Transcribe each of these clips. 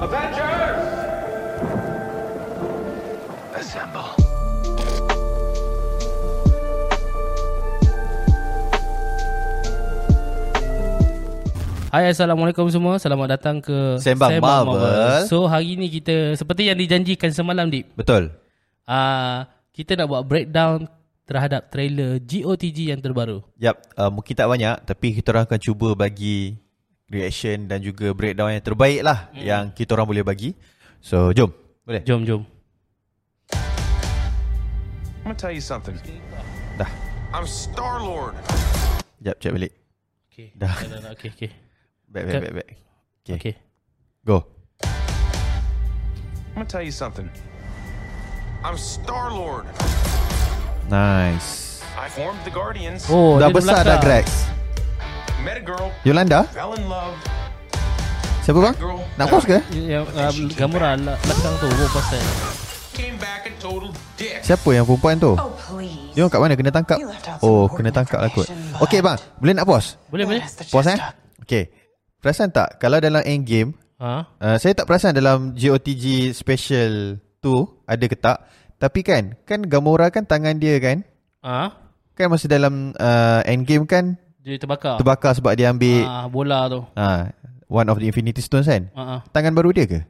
Avengers! Assemble. Hai Assalamualaikum semua Selamat datang ke Sembang Marvel. So hari ni kita Seperti yang dijanjikan semalam Dip Betul. uh, Kita nak buat breakdown Terhadap trailer GOTG yang terbaru Yap, uh, mungkin tak banyak tapi kita orang akan cuba bagi reaction dan juga breakdown yang terbaik lah hmm. yang kita orang boleh bagi. So, jom. Boleh? Jom. Jom jom I'm gonna tell you something. Dah. I'm Star Lord. Jap, check balik. Okay Dah. dah, dah. Okay, okay. Back, Okay. back, back, back. Okay. okay. okay. Go. I'm gonna tell you something. I'm Star Lord. Nice. I formed the Guardians, Oh, dah dia di besar dah belakang. Grex. met a girl, Yolanda, fell in love. siapa bang? Girl. Nak pause ke? Yang uh, Gamora la- belakang tu Oh pasal Came back a total dick. Siapa yang perempuan tu? Oh, please. Dia kat mana? Kena tangkap. You left out some Oh, important kena tangkap lah kot. information, Okay bang, boleh nak pause? Boleh boleh That's the Puas eh? gist of- Okay. Perasan tak kalau dalam endgame ha? Uh, saya tak perasan dalam GOTG special tu ada ke tak. Tapi kan, kan Gamora kan tangan dia kan, Ha? kan masa dalam uh, Endgame kan Dia terbakar terbakar sebab dia ambil Ah, Bola tu uh. one of the Infinity Stones kan. Ah, ah. Tangan baru dia ke?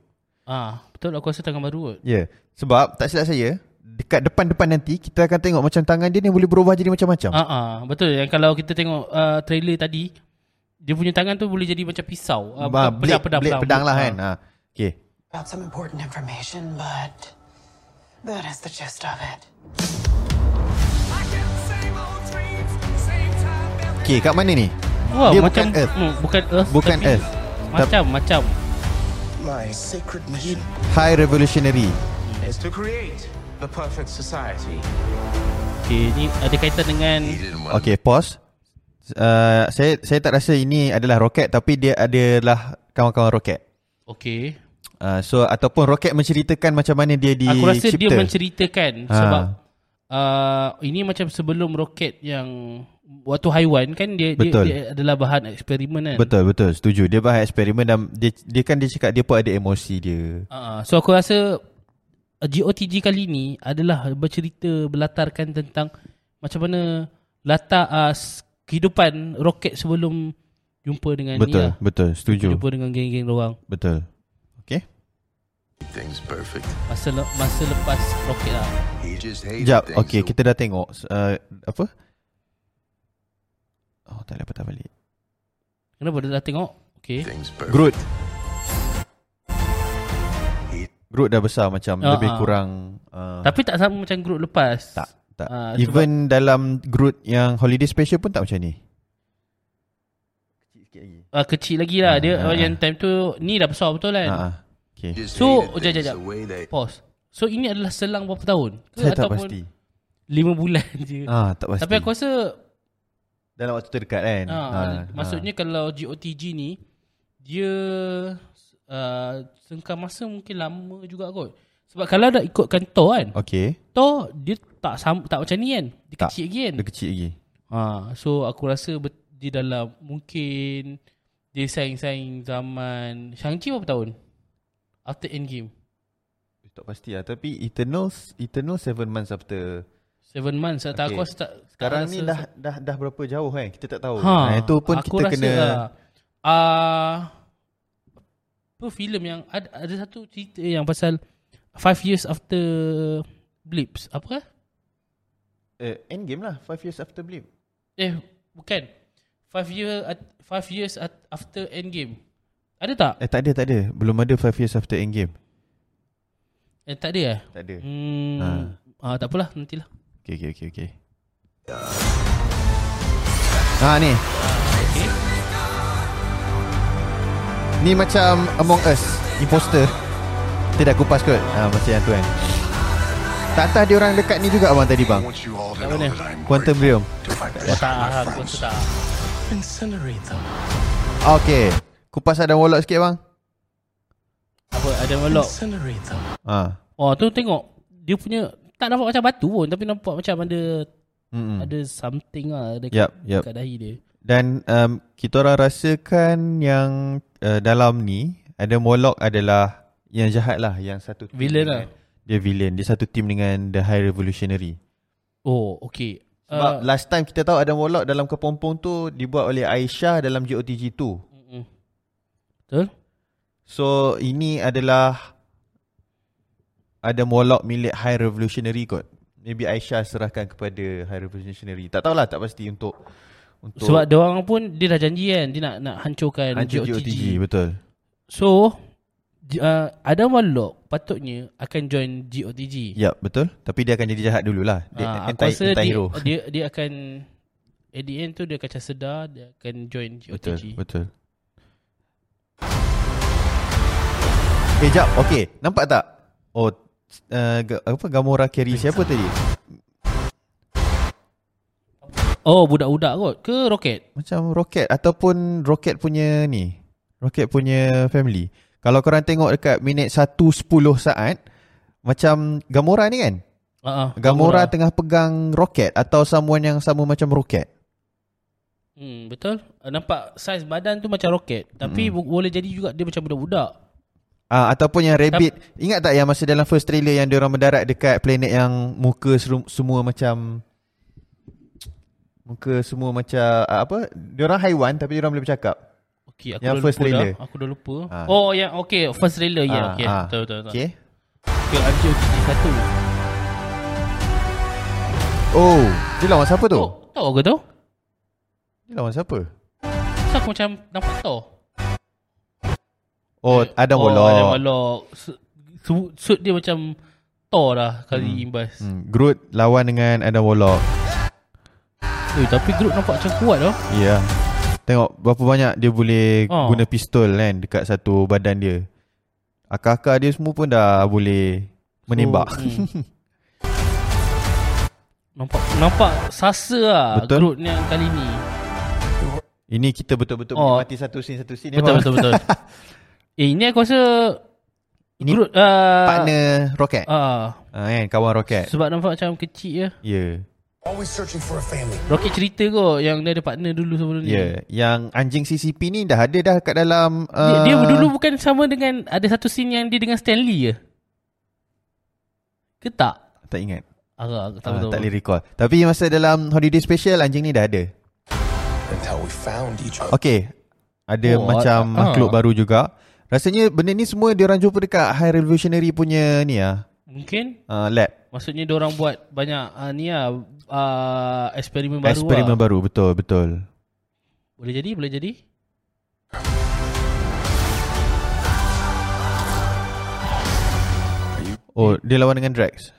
Ah, Betul aku rasa tangan baru kot Ya. Yeah. Sebab tak silap saya, dekat depan-depan nanti kita akan tengok macam tangan dia ni boleh berubah jadi macam-macam. Uh. Ah, ah, Betul yang kalau kita tengok uh, trailer tadi dia punya tangan tu boleh jadi macam pisau. Ah, bukan- blade, pedang, blade, pedang, lah kan. Ah. Uh. Okay. About some important information, but that is the gist of it. Okay, kat mana ni? Wah, Dia macam bukan Earth. Hmm, bukan Earth. Bukan tapi Earth. Macam macam. My sacred mission High Revolutionary. Is to create the perfect society. Okey, ni ada kaitan dengan Okay, pause. Uh, saya saya tak rasa ini adalah roket tapi dia adalah kawan-kawan roket. okey. Uh, so ataupun roket menceritakan macam mana dia dicipta. Aku rasa dia menceritakan Ha. sebab uh, ini macam sebelum roket yang waktu haiwan kan dia dia, Betul. dia adalah bahan eksperimen kan. Betul betul setuju. Dia bahan eksperimen dan dia, dia kan dia cakap dia pun ada emosi dia. Uh, so aku rasa uh, GOTG kali ni adalah bercerita berlatarkan tentang macam mana latar uh, s- kehidupan roket sebelum jumpa dengan ni betul lah. betul setuju. Jumpa dengan geng-geng orang Betul. Okay. Things perfect. masa le- masa lepas roket lah. He just hates Jap, things okay the kita dah tengok uh, apa? Oh, tak boleh patah balik. Kenapa dia dah tengok? Okay. Things perfect. Groot. Groot dah besar macam Ah, lebih ah. kurang uh, Tapi tak sama macam grup lepas. Tak, tak. Ah, Uh, Even dalam Groot yang holiday special pun tak macam ni. Uh, kecil lagi lah. Dia Ah, ah, yang time tu ni dah besar betul kan? Ha ah. He Okay. just So, hated jap, jap, things jap. the way they Pause. So ini adalah selang berapa tahun? Ke Saya tak ataupun pasti. 5 bulan je. Ah, tak pasti. Tapi aku rasa dalam waktu terdekat kan. ah, maksudnya kalau GOTG ni dia uh, sengkang masa mungkin lama juga kot. Sebab kalau dah ikutkan Thor kan. Ah. Okay. Thor dia tak sam, tak macam ni kan. Dia Tak. kecil lagi kan. Dia kecil lagi. Ha, so aku rasa bet, di dalam mungkin dia saing-saing zaman Shang-Chi berapa tahun? After Endgame. Tak pasti lah. Tapi Eternals, Eternals 7 months after. 7 months atau Okay. aku rasa tak, Sekarang tak ni rasa- dah, dah dah berapa jauh kan? Kita tak tahu. Ah, ha, Ah, itu pun aku kita rasa kena... lah, ah apa filem yang ada, ada satu cerita yang pasal 5 years after blips apa eh? Eh, endgame lah. 5 years after Blip. Eh bukan 5 year 5 years at- after Endgame. Ada tak? Eh, tak ada, tak ada. Belum ada 5 years after endgame. Eh, tak ada eh? Tak ada. Hmm. Ha. Ah tak apalah nantilah. Okay, okay, okay, okay. Ha ni. Ni macam Among Us Imposter Kita dah kupas kot ha, Macam yang tu kan Tak atas dia orang dekat ni juga abang tadi bang want you all to know that I'm Quantum Realm Kau tak aku rasa tak. incinerate them. Okay Kupas ada Warlock sikit bang Apa ada melok. Incinerate them. ha. Oh tu tengok dia punya tak nampak macam batu pun tapi nampak macam ada Mm-mm. ada something lah dekat, Yap, yap dekat dahi dia. Dan um, kita orang rasakan yang uh, dalam ni ada Moloch adalah yang jahat lah, yang satu team Villain dengan- lah. Dia villain. Dia satu team dengan The High Revolutionary. Oh, okay. Sebab Uh, last time kita tahu Adam Warlock dalam kepompong tu dibuat oleh Aisyah dalam GOTG 2. betul? So ini adalah Adam Warlock milik High Revolutionary kot. Maybe Aisyah serahkan kepada High Revolutionary. Tak tahulah tak pasti untuk untuk Sebab dia orang pun dia dah janji kan dia nak nak hancurkan hancur GOTG. GOTG betul. So J- uh, Adam Warlock patutnya akan join GOTG. Ya, betul. Tapi dia akan jadi jahat dululah. Dia Ah, anti, aku rasa anti dia, hero. dia dia akan at the end tu dia akan sedar dia akan join Betul, GOTG. betul. Eh, jap. Okey, nampak tak? Oh, uh, ga- apa Gamora carry siapa tadi? Oh budak-budak kot ke roket? Macam roket ataupun roket punya ni. Roket punya family. Kalau korang tengok dekat minit 1.10 saat, macam Gamora ni kan? Uh, Gamora, Gamora tengah pegang roket atau someone yang sama macam roket. Hmm, betul. Uh, nampak saiz badan tu macam roket. Tapi hmm. boleh jadi juga dia macam budak-budak. Ah ataupun yang rabbit. Ingat tak yang masa dalam first trailer yang dia orang mendarat dekat planet yang muka serum, semua macam muka semua macam ah, apa? Dia orang haiwan tapi dia orang boleh bercakap. Okey, aku Yang dah first lupa trailer. dah. Aku dah lupa. Ah. Oh, ya, yeah, okey, first trailer ya. Yeah, okey, ah. betul betul. betul. Okey. Okey, RGOTG satu. Oh, dia lawan siapa tu? Oh, tahu ke tu? Dia lawan siapa? So, aku macam nampak tahu. Oh, Adam oh, Warlock. Adam Warlock. Su- su- Suit dia macam Thor dah kali hmm. imbas. Hmm. Hmm, Groot lawan dengan Adam Warlock. Eh, tapi Groot nampak macam kuat tau. Ya. Yeah. Tengok berapa banyak dia boleh Oh. oh. guna pistol kan dekat satu badan dia. Akak-akak dia semua pun dah boleh menembak. So, hmm. nampak nampak sasa lah Betul. Groot ni yang kali ni. Ini kita betul-betul Oh. oh. menikmati satu scene satu scene. ni, Betul Abang. betul betul. eh, ini aku rasa Ini Groot uh, Partner roket. Ah, Ah kan kawan roket. sebab nampak macam kecil je. Ya. Yeah. Always searching for a family. Rocket cerita kot yang dia ada partner dulu sebelum Ya, yeah. ni. yang anjing CCP ni dah ada dah kat dalam Dia, uh, dia dulu bukan sama dengan ada satu scene yang dia dengan Stanley je. Ke tak? tak ingat. Ah, aku tak Ah, tahu. tak boleh recall. Tapi masa dalam holiday special anjing ni dah ada. That's how we found each other. Okey. Ada Oh, oh, ah, macam ah. uh, makhluk baru juga. Rasanya benda ni semua dia orang jumpa dekat High Revolutionary punya ni ah, Mungkin uh, lab. maksudnya dia orang buat banyak ah, ni ah ah, eksperimen baru. Eksperimen lah. baru betul betul. Boleh jadi, boleh jadi. Eh. Oh, dia lawan dengan Drax.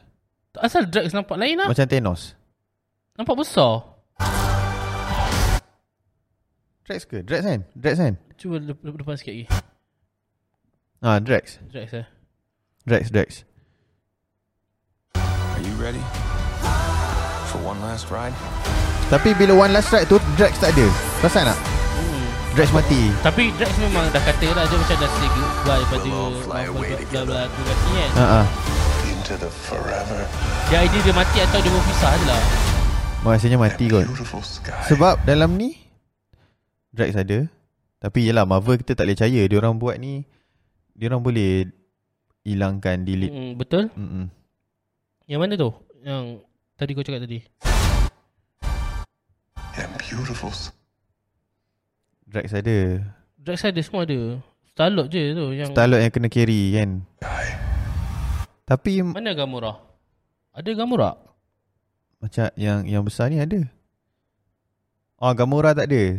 Tak Asal Drax nampak lain lah. Macam Thanos. Nampak besar. Drax ke? Drax kan? Drax kan? Cuba lep- lep- depan sikit lagi. Ah, Drax. Drax eh. Drax, Drax. Are you ready for one last ride? Tapi bila one last strike tu Drax tak ada. Perasan tak? Drax mati. Tapi Drax memang dah kata lah dia macam dah sedih keluar daripada We'll all fly away Marvel bla together. bla tu kata kan. Ha ah. Into the forever Dia idea dia mati atau dia berpisah je lah. Rasanya mati kot. beautiful sky. Sebab dalam ni Drax ada. Tapi yelah Marvel kita tak boleh percaya. Dia orang buat ni dia orang boleh hilangkan delete. Hmm, betul. Mm-mm. Yang mana tu? Yang tadi kau cakap tadi. And beautiful sky. Drax ada. Drax ada semua ada. Starlord je tu yang Starlord yang kena carry kan. Tapi m- mana Gamora? Ada Gamora? macam yang yang besar ni ada. Ah Gamora tak ada.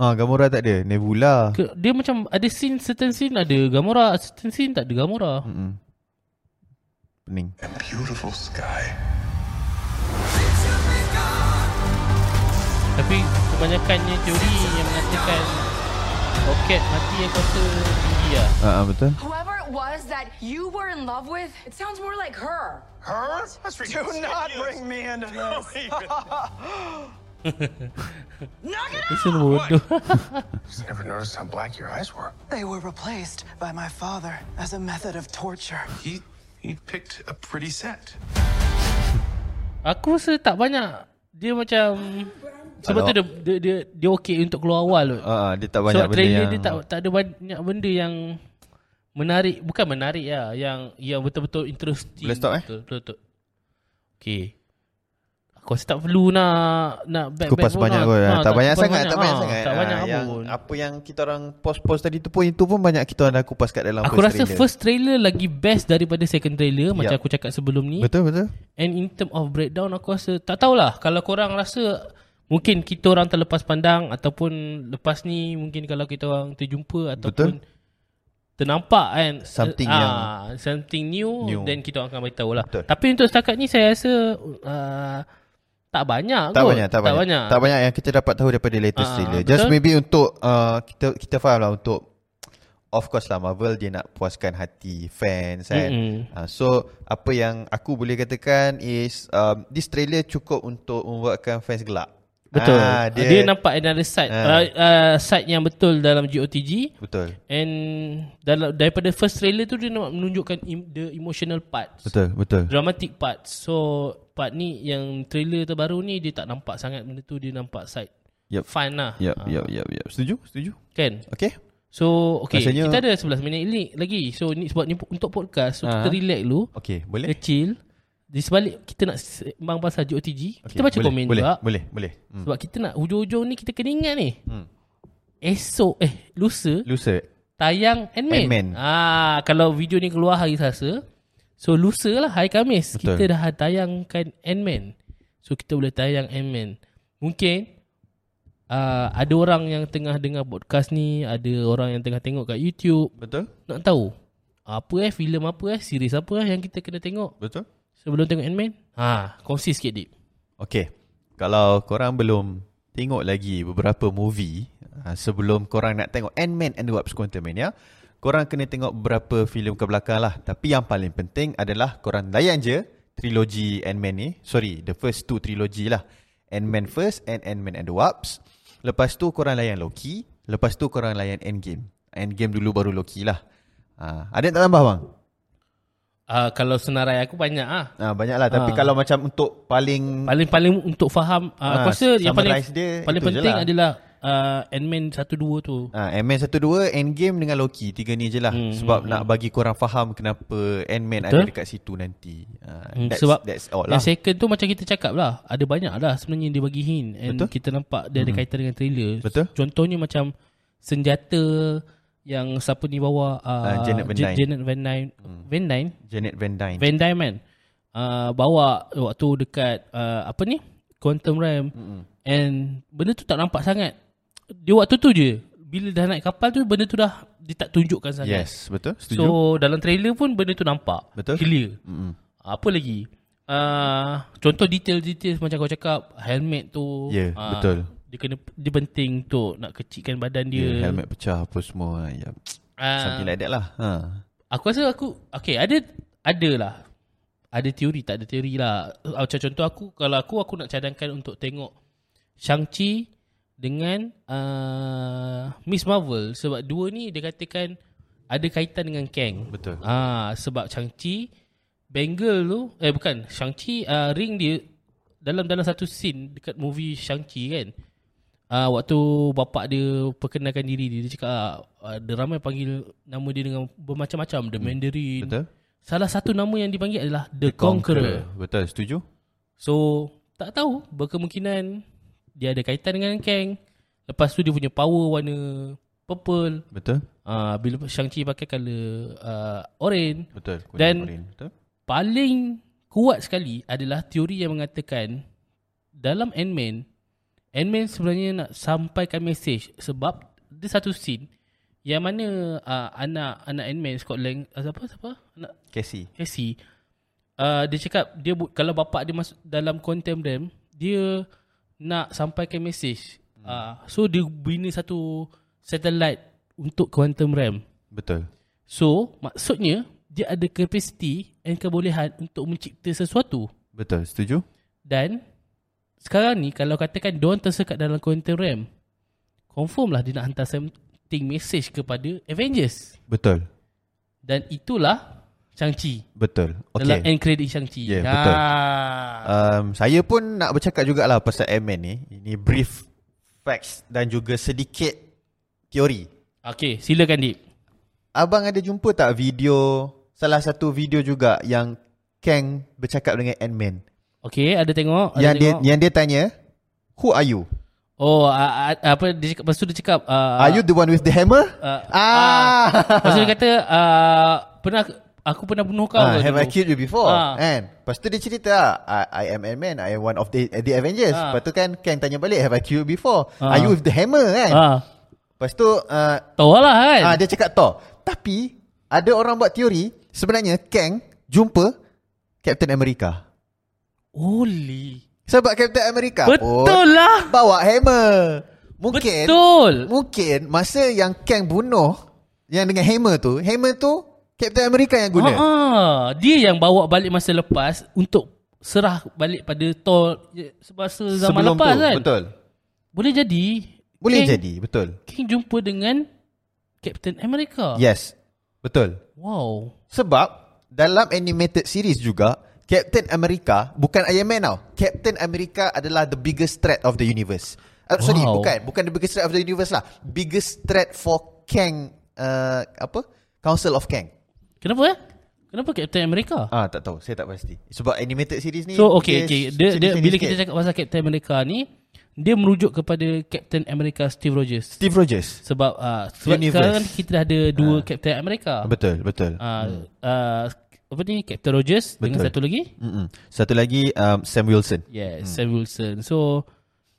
Ah Gamora tak ada. Nebula. Ke, dia macam ada scene certain scene ada Gamora, certain scene tak ada Gamora. Mm-mm. Pening. And beautiful sky. Tapi kebanyakannya teori yang mengatakan roket mati yang kuasa tinggi lah. Ah ah, betul. Whoever it was that you were in love with, it sounds more like her. Her? That's ridiculous. Do not bring me into this. Itu bodoh. Just never noticed how black your eyes were. They were replaced by my father as a method of torture. He he picked a pretty set. Aku rasa tak banyak. Dia macam Sebab tu Kalau- dia dia dia, dia okey untuk keluar awal. Uh, Ah, dia tak banyak so, benda trailer yang dia tak tak ada banyak benda yang menarik, bukan menarik lah, yang yang betul-betul interesting. Boleh stop, eh? Betul, betul, betul. Okay. Aku rasa tak perlu nak nak lah. back Kupas banyak kot ha, Tak banyak sangat Tak banyak sangat Tak Ah, Ah, banyak yang, pun. Apa yang kita orang Post-post tadi tu pun Itu pun banyak kita orang dah kupas kat dalam Aku rasa trailer. first trailer lagi best daripada second trailer macam Yup. aku cakap sebelum ni. Betul betul And in term of breakdown aku rasa tak tahulah kalau korang rasa mungkin kita orang terlepas pandang ataupun lepas ni mungkin kalau kita orang terjumpa ataupun ternampak kan Something eh, yang- ah, something new, New. then kita orang akan beritahu lah. Betul. Tapi untuk setakat ni saya rasa uh, tak banyak tak kot. banyak, tak banyak tak banyak yang kita dapat tahu daripada latest Ah, trailer betul. just maybe untuk uh, kita kita faham lah untuk of course lah Marvel dia nak puaskan hati fans kan Mm-mm. uh, so apa yang aku boleh katakan is um, this trailer cukup untuk membuatkan fans gelak Betul. Ah, dia, dia, nampak another side Ah. uh, uh, side yang betul dalam GOTG betul and dalam daripada first trailer tu dia nak menunjukkan im, the emotional parts. betul betul dramatic part so part ni yang trailer terbaru ni dia tak nampak sangat benda tu dia nampak side Yup. fun lah Ah, Yep, yep, yep, yep. Setuju? Setuju? kan Okay? so okay Rasanya- kita ada 11 minit ni lagi so ni sebab ni untuk podcast so Ah. kita relax dulu Okay, boleh? kecil di sebalik kita nak sembang pasal JOTG Okay, kita baca boleh, komen boleh, juga Boleh, boleh. Hmm. sebab kita nak hujung-hujung ni kita kena ingat ni esok eh lusa Lusa. tayang Ant-Man. Ant-Man. Ah, kalau video ni keluar hari Selasa, so lusa lah hari Khamis Betul. kita dah tayangkan Ant-Man. So kita boleh tayang Ant-Man. Mungkin uh, ada orang yang tengah dengar podcast ni, ada orang yang tengah tengok kat YouTube Betul? nak tahu apa eh filem apa eh series apa eh yang kita kena tengok Betul? sebelum tengok Ant-Man. Ha, kongsi sikit dik. Okay. Kalau korang belum tengok lagi beberapa movie ah, sebelum korang nak tengok Ant-Man and the Wasp Quantumania, korang kena tengok beberapa filem ke belakang lah. Tapi yang paling penting adalah korang layan je trilogi Ant-Man ni. Sorry, the first two trilogi lah. Ant-Man first and Ant-Man and the Wasp. Lepas tu korang layan Loki. Lepas tu korang layan Endgame. Endgame dulu baru Loki lah. Ah, ada yang tak tambah bang? Ah, kalau senarai aku banyak ah. Ah, banyak lah. Tapi Ah. kalau macam untuk paling Paling-paling Hmm. untuk faham uh, Aku Ah, rasa yang paling summarize dia, Paling itu je penting lah. adalah uh, Ant-Man 1-2 tu Ah, Ant-Man 1-2 Endgame dengan Loki Tiga ni je lah hmm, Sebab nak bagi korang faham Kenapa Ant-Man ada Betul. dekat situ nanti ah, Hmm, that's, Sebab that's all lah Yang second tu macam kita cakap lah Ada banyak lah sebenarnya dia bagi hint And Betul. Hmm. kita nampak dia ada kaitan dengan trailer Betul. Contohnya macam Senjata Yang siapa ni bawa uh, Ah, Janet Van Ja- Dyne. Hmm. Janet Van Dyne Van Dyne? Janet Van Dyne Van Dyne man uh, Bawa waktu dekat uh, Apa ni Quantum Realm And Benda tu tak nampak sangat Dia waktu tu je Bila dah naik kapal tu Benda tu dah Dia tak tunjukkan sangat Yes betul Setuju so, So dalam trailer pun benda tu nampak Betul. Clear mm-hmm. Apa lagi uh, Contoh detail-detail macam kau cakap Helmet tu Ah, Ya, betul. Dia kena Dia penting untuk nak kecilkan badan dia yeah, Ya, Helmet pecah apa semua yeah. Ah, Something like that lah ha. Aku rasa aku Okay ada Ada lah Ada teori tak ada teori lah Ah, Macam contoh aku Kalau aku aku nak cadangkan untuk tengok Shang-Chi Dengan uh, Miss Marvel Sebab dua ni dia katakan Ada kaitan dengan Kang Betul. Ah Sebab Shang-Chi Bangle tu Eh bukan Shang-Chi uh, Ring dia Dalam dalam satu scene Dekat movie Shang-Chi kan Ah uh, waktu bapak dia perkenalkan diri dia dia cakap ah, ah, ada ramai panggil nama dia dengan bermacam-macam the Mandarin. Betul Salah satu nama yang dipanggil adalah Hmm. the, Conqueror. Betul setuju So tak tahu berkemungkinan dia ada kaitan dengan Kang. Lepas tu dia punya power warna purple. Betul Ah bila Shang-Chi pakai colour ah, orange. Betul Kuning, Dan- kuning. Betul Paling kuat sekali adalah teori yang mengatakan dalam Ant-Man Ant-Man sebenarnya nak sampaikan mesej sebab dia satu scene yang mana uh, anak anak Ant-Man Scott Lang uh, siapa siapa anak Casey Casey uh, dia cakap dia bu- kalau bapak dia masuk dalam Quantum Realm dia nak sampaikan mesej uh, so dia bina satu satellite untuk Quantum Realm Betul So, maksudnya dia ada kapasiti dan kebolehan untuk mencipta sesuatu. Betul setuju Dan sekarang ni kalau katakan diorang tersekat dalam quantum realm, confirm lah dia nak hantar something message kepada Avengers. Betul Dan itulah Shang-Chi. Betul. Okay. Dalam Okay. end credit Shang-Chi. Ya, betul. Ah. Um, saya pun nak bercakap jugalah pasal Ant-Man ni. Ini brief facts dan juga sedikit teori. Okay, silakan Dip. Abang ada jumpa tak video salah satu video juga yang Kang bercakap dengan Ant-Man? Okay, ada tengok. Ada Yang dia tengok. yang dia tanya, "Who are you? Oh, ah, ah, apa dia cakap, lepas tu dia cakap ah, Are you the one with the hammer?" ah, ah. Lepas tu dia kata ah, pernah aku pernah bunuh kau. Ah, ke have dulu? I killed you before? Ah. Kan? Lepas tu dia cerita, I, I am Ant-Man, I am one of the, the Avengers. Ah. Lepas tu kan Kang tanya balik, have I killed you before? Ah. Are you with the hammer? Kan? Ah, Lepas tu, uh, tahu lah kan. Ah, dia cakap Thor. Tapi ada orang buat teori sebenarnya Kang jumpa Captain America. Holy. Sebab Captain America Betul pun lah. bawa hammer. Mungkin Betul. Mungkin masa yang Kang bunuh yang dengan hammer tu, hammer tu Captain America yang guna. Ah, ah. dia yang bawa balik masa lepas untuk serah balik pada Thor eh, semasa zaman Sebelum lepas tu, kan. Betul. Boleh jadi. Boleh Kang- jadi, betul. King jumpa dengan Captain America. Yes. Betul. Wow. Sebab dalam animated series juga Captain America bukan Iron Man tau. Captain America adalah the biggest threat of the universe. Uh, Sorry, Wow. bukan bukan the biggest threat of the universe lah. Biggest threat for Kang uh, apa? Council of Kang. Kenapa eh? Kenapa Captain America? Ah eh, tak tahu, saya tak pasti. Sebab animated series ni So okay dia okay dia, s- dia sini-sini bila sikit. kita cakap pasal Captain America ni dia merujuk kepada Captain America Steve Rogers Steve Rogers. sebab uh, sebab Universe. Ah. sekarang kan kita dah ada dua Captain America. Betul, betul. Uh, uh, apa ni Captain Rogers Betul. dengan Betul. satu lagi? Mm-mm. Satu lagi um, Sam Wilson. Yes, Sam Wilson. So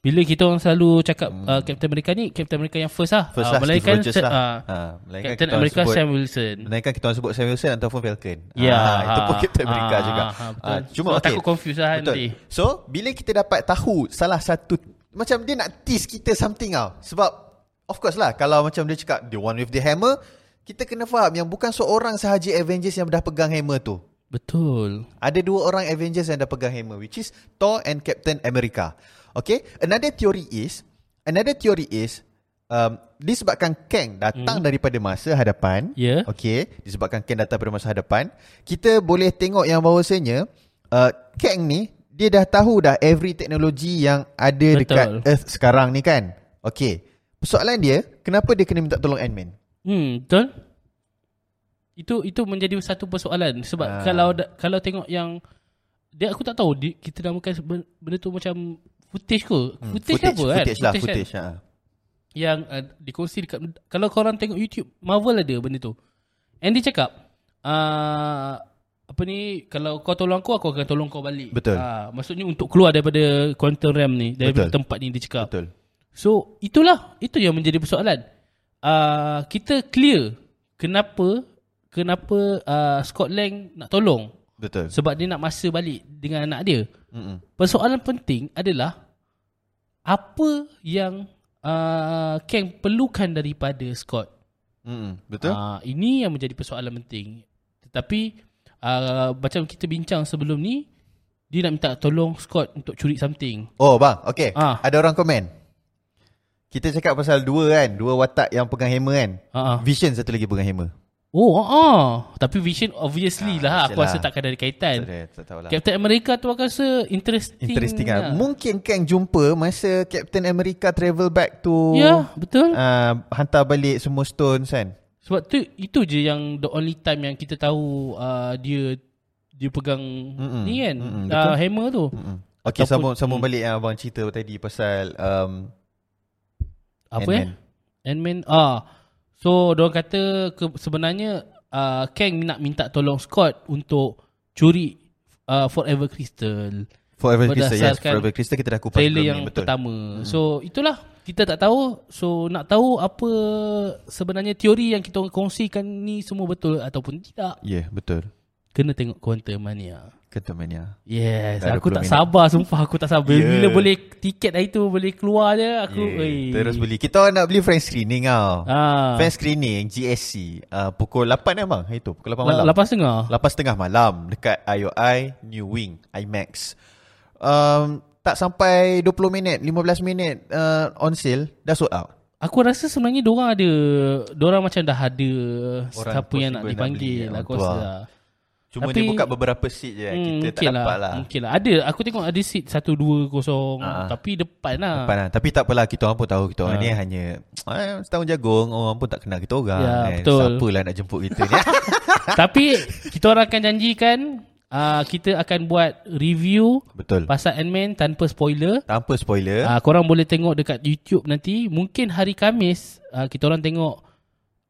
bila kita orang selalu cakap uh, Captain America ni Captain America yang first lah. Hmm. First Ah, lah, melainkan Steve Rogers se- lah. ah, Ah, melainkan Captain kita orang America sebut- Sam Wilson. Melainkan kita orang sebut Sam Wilson ataupun Falcon. Ya. Ah, itu pun Captain America Ah, juga. ah, betul. Ah, cuma So, okay. takut confuse lah Betul. nanti. So, bila kita dapat tahu salah satu macam dia nak tease kita something tau. Sebab of course lah kalau macam dia cakap the one with the hammer, kita kena faham yang bukan seorang sahaja Avengers yang dah pegang hammer tu. Betul. Ada dua orang Avengers yang dah pegang hammer which is Thor and Captain America. Okay, another theory is another theory is um, disebabkan Kang datang hmm. daripada masa hadapan. Ya. Okay, disebabkan Kang datang daripada masa hadapan, kita boleh tengok yang bahawasanya uh, Kang ni dia dah tahu dah every teknologi yang ada Betul. dekat Earth sekarang ni kan. Okay. Persoalan dia, kenapa dia kena minta tolong Ant-Man? Hmm, betul. Itu itu menjadi satu persoalan sebab Ah. kalau da- kalau tengok yang dia aku tak tahu di, kita namakan seben- benda tu macam footage ke? Hmm, footage, ke apa kan? footage lah, Kan? footage. Kan? Ha. Yang uh, dikongsi dekat kalau korang tengok YouTube Marvel ada benda tu. And dia cakap uh, apa ni kalau kau tolong aku aku akan tolong kau balik. Betul. Ah, maksudnya untuk keluar daripada quantum realm ni, daripada Betul. tempat ni dia cakap. Betul. So itulah itu yang menjadi persoalan. Uh, kita clear kenapa kenapa uh, Scott Lang nak tolong Betul. sebab dia nak masa balik dengan anak dia. Mm-mm. Persoalan penting adalah apa yang uh, Kang perlukan daripada Scott. Mm-mm. Betul? Uh, ini yang menjadi persoalan penting. Tetapi uh, macam kita bincang sebelum ni dia nak minta tolong Scott untuk curi something. Oh bang, okay. Ah. Ada orang komen. Kita cakap pasal dua kan, dua watak yang pegang hammer kan. Ah, ah. Vision satu lagi pegang hammer. Oh, ah, ah. tapi Vision obviously Ah, lah. Aku Vision rasa lah. takkan ada kaitan. Tak ada, tak tahulah. Captain America tu aku rasa interesting. Interesting lah. kan. Mungkin Kang jumpa masa Captain America travel back to Ya, betul. uh, hantar balik semua stones kan. Sebab tu itu je yang the only time yang kita tahu uh, dia dia pegang Mm-mm. ni kan, Mm-mm, betul. uh, hammer tu. Mm-mm. Okay, Ataupun- Hmm. sambung sambung balik yang abang cerita tadi pasal um, Apa Ant-Man. eh? Ant-Man. Ah. So, diorang kata ke, sebenarnya uh, Kang nak minta tolong Scott untuk curi uh, Forever Crystal. Forever Crystal. Yes, Berdasarkan Forever Crystal kita dah kupas trailer sebelum yang ni, betul. betul. pertama. Hmm. So itulah kita tak tahu. So nak tahu apa sebenarnya teori yang kita kongsikan ni semua betul ataupun tidak. Ya, yeah, betul. Kena tengok Quantum Mania. Kata mania. Yes, Dah aku 20 tak minit. sabar sumpah aku tak sabar. Yeah. Bila boleh tiket hari tu boleh keluar je aku. Yeah. Yeah. Ya, Terus beli. Kita orang nak beli friend screening tau. Ah. Fan screening GSC uh, pukul 8 emang hari tu pukul 8 malam. malam. Lepas tengah. Lapan setengah malam dekat IOI New Wing IMAX. Um, tak sampai 20 minit, 15 minit uh, on sale dah sold out. Aku rasa sebenarnya diorang ada diorang macam dah ada Orang siapa yang nak possible nak dipanggil lah beli, orang aku rasa. tua. lah. Cuma Tapi- dia buka beberapa seat je hmm, Kita tak mungkin dapat lah, Mungkin lah. Ada, aku tengok ada seat 1-2 kosong. Ah. Tapi depan lah. Depan lah. Tapi tak apalah Kita orang pun tahu Kita orang ni hanya ah, Setahun jagung Orang pun tak kenal kita orang Eh, Ya, betul. Siapalah nak jemput kita ni Tapi kita orang akan janjikan uh, kita akan buat review Betul pasal Ant-Man tanpa spoiler. Tanpa spoiler Uh, korang boleh tengok dekat YouTube nanti. Mungkin hari Kamis uh, kita orang tengok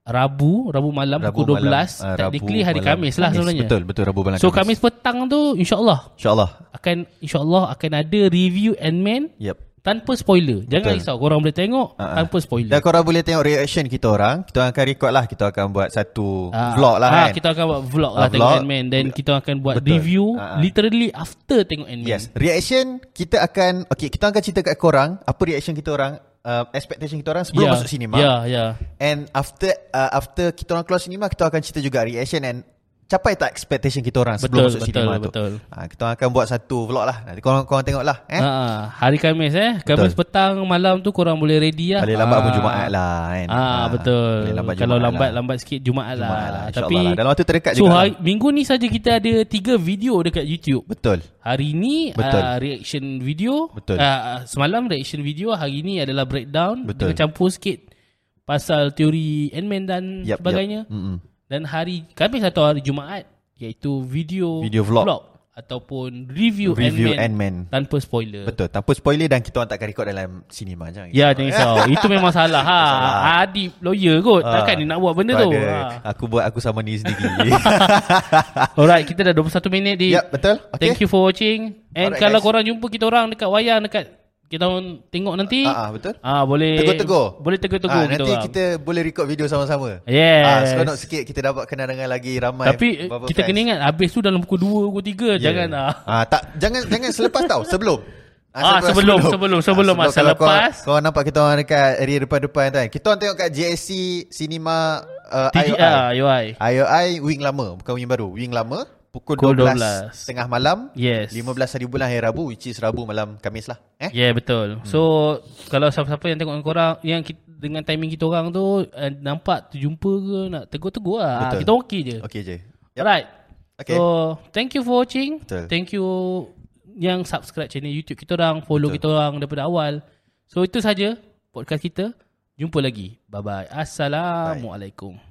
Rabu, Rabu malam Rabu pukul 12. malam, ah, Technically Rabu hari malam. Kamis lah sebenarnya. Betul betul Rabu malam So Kamis petang tu insya-Allah InsyaAllah akan insya-Allah akan ada review Ant-Man Yep tanpa spoiler. Jangan Betul. risau korang boleh tengok Ah, ah. tanpa spoiler. Dan korang boleh tengok reaction kita orang Kita orang akan record lah Kita akan buat satu Vlog lah ah, kan Kita akan buat vlog Ah, lah tengok vlog. Ant-Man Then kita akan buat Betul. review Ah, ah. Literally after tengok Ant-Man Yes Reaction Kita akan Okay kita akan cerita kat korang Apa reaction kita orang uh, Expectation kita orang Sebelum Yeah. masuk cinema Ya ya And after uh, after kita orang keluar cinema kita akan cerita juga reaction and capai tak expectation kita orang Betul, sebelum masuk betul, cinema tu. betul. Ha, kita orang akan buat satu vlog lah. Nanti korang korang tengok lah eh. Ha, Ah, hari Khamis eh Khamis petang malam tu korang boleh ready lah Paling lambat Ah. pun Jumaat lah kan. ah, Ah, betul boleh lambat Kalau Jumaat lambat lah. lambat sikit Jumaat, lah Jumaat lah, insyaAllah Tapi lah. Dalam waktu terdekat So juga hari, minggu ni saja kita ada Tiga video dekat YouTube Betul. Hari ni Betul. ah, reaction video Betul. Ah, ah, Semalam reaction video Hari ni adalah breakdown Betul. Dengan campur sikit Pasal teori Ant-Man dan Yap, sebagainya Yep. Mm-mm. Dan hari Khamis atau hari Jumaat Iaitu video Video vlog. Ataupun review, Review Ant-Man. Ant-Man Tanpa spoiler Betul. Tanpa spoiler dan kita orang tak akan record dalam cinema jangan. Ya jangan risau Itu memang salah ha. Adib lawyer kot Ha. Takkan dia nak buat benda tu Brother, ha. Aku buat aku sama diri sendiri. Alright kita dah 21 minit di Yap, betul. Okay. Thank you for watching And Alright, kalau guys. korang jumpa kita orang Dekat wayang Dekat kita orang tengok nanti Ah, ah, betul. Ah boleh Tegur-tegur Boleh tegur-tegur Ah, kita Nanti orang kita boleh record video sama-sama Yes. ah, Seronok sikit Kita dapat kenalangan lagi ramai Tapi eh, beberapa kita fans. kena ingat Habis tu dalam pukul 2 Pukul 3 Jangan ah. ah tak jangan jangan selepas tau sebelum Ah, Ha, sebelum, sebelum, ah, sebelum masa kalau lepas. Kau nampak kita orang dekat area depan-depan kan. Kita orang tengok kat JSC Cinema uh, TGR IOI. UI IOI wing lama, bukan wing baru. Wing lama pukul Pukul 12, 12. tengah malam. Yes. 15 hari bulan hari Rabu which is Rabu malam Kamis lah. Eh? Yeah betul So Kalau siapa-siapa yang tengok dengan korang Yang kita, dengan timing kita orang tu uh, Nampak terjumpa ke Nak tegur-tegur lah Betul. Betul. Kita okey je Okey je. Yep. Alright. Okay. So, thank you for watching. Betul. Thank you yang subscribe channel YouTube kita orang, follow Betul. kita orang daripada awal. So, itu saja podcast kita. Jumpa lagi. Bye-bye. Assalamualaikum. Bye.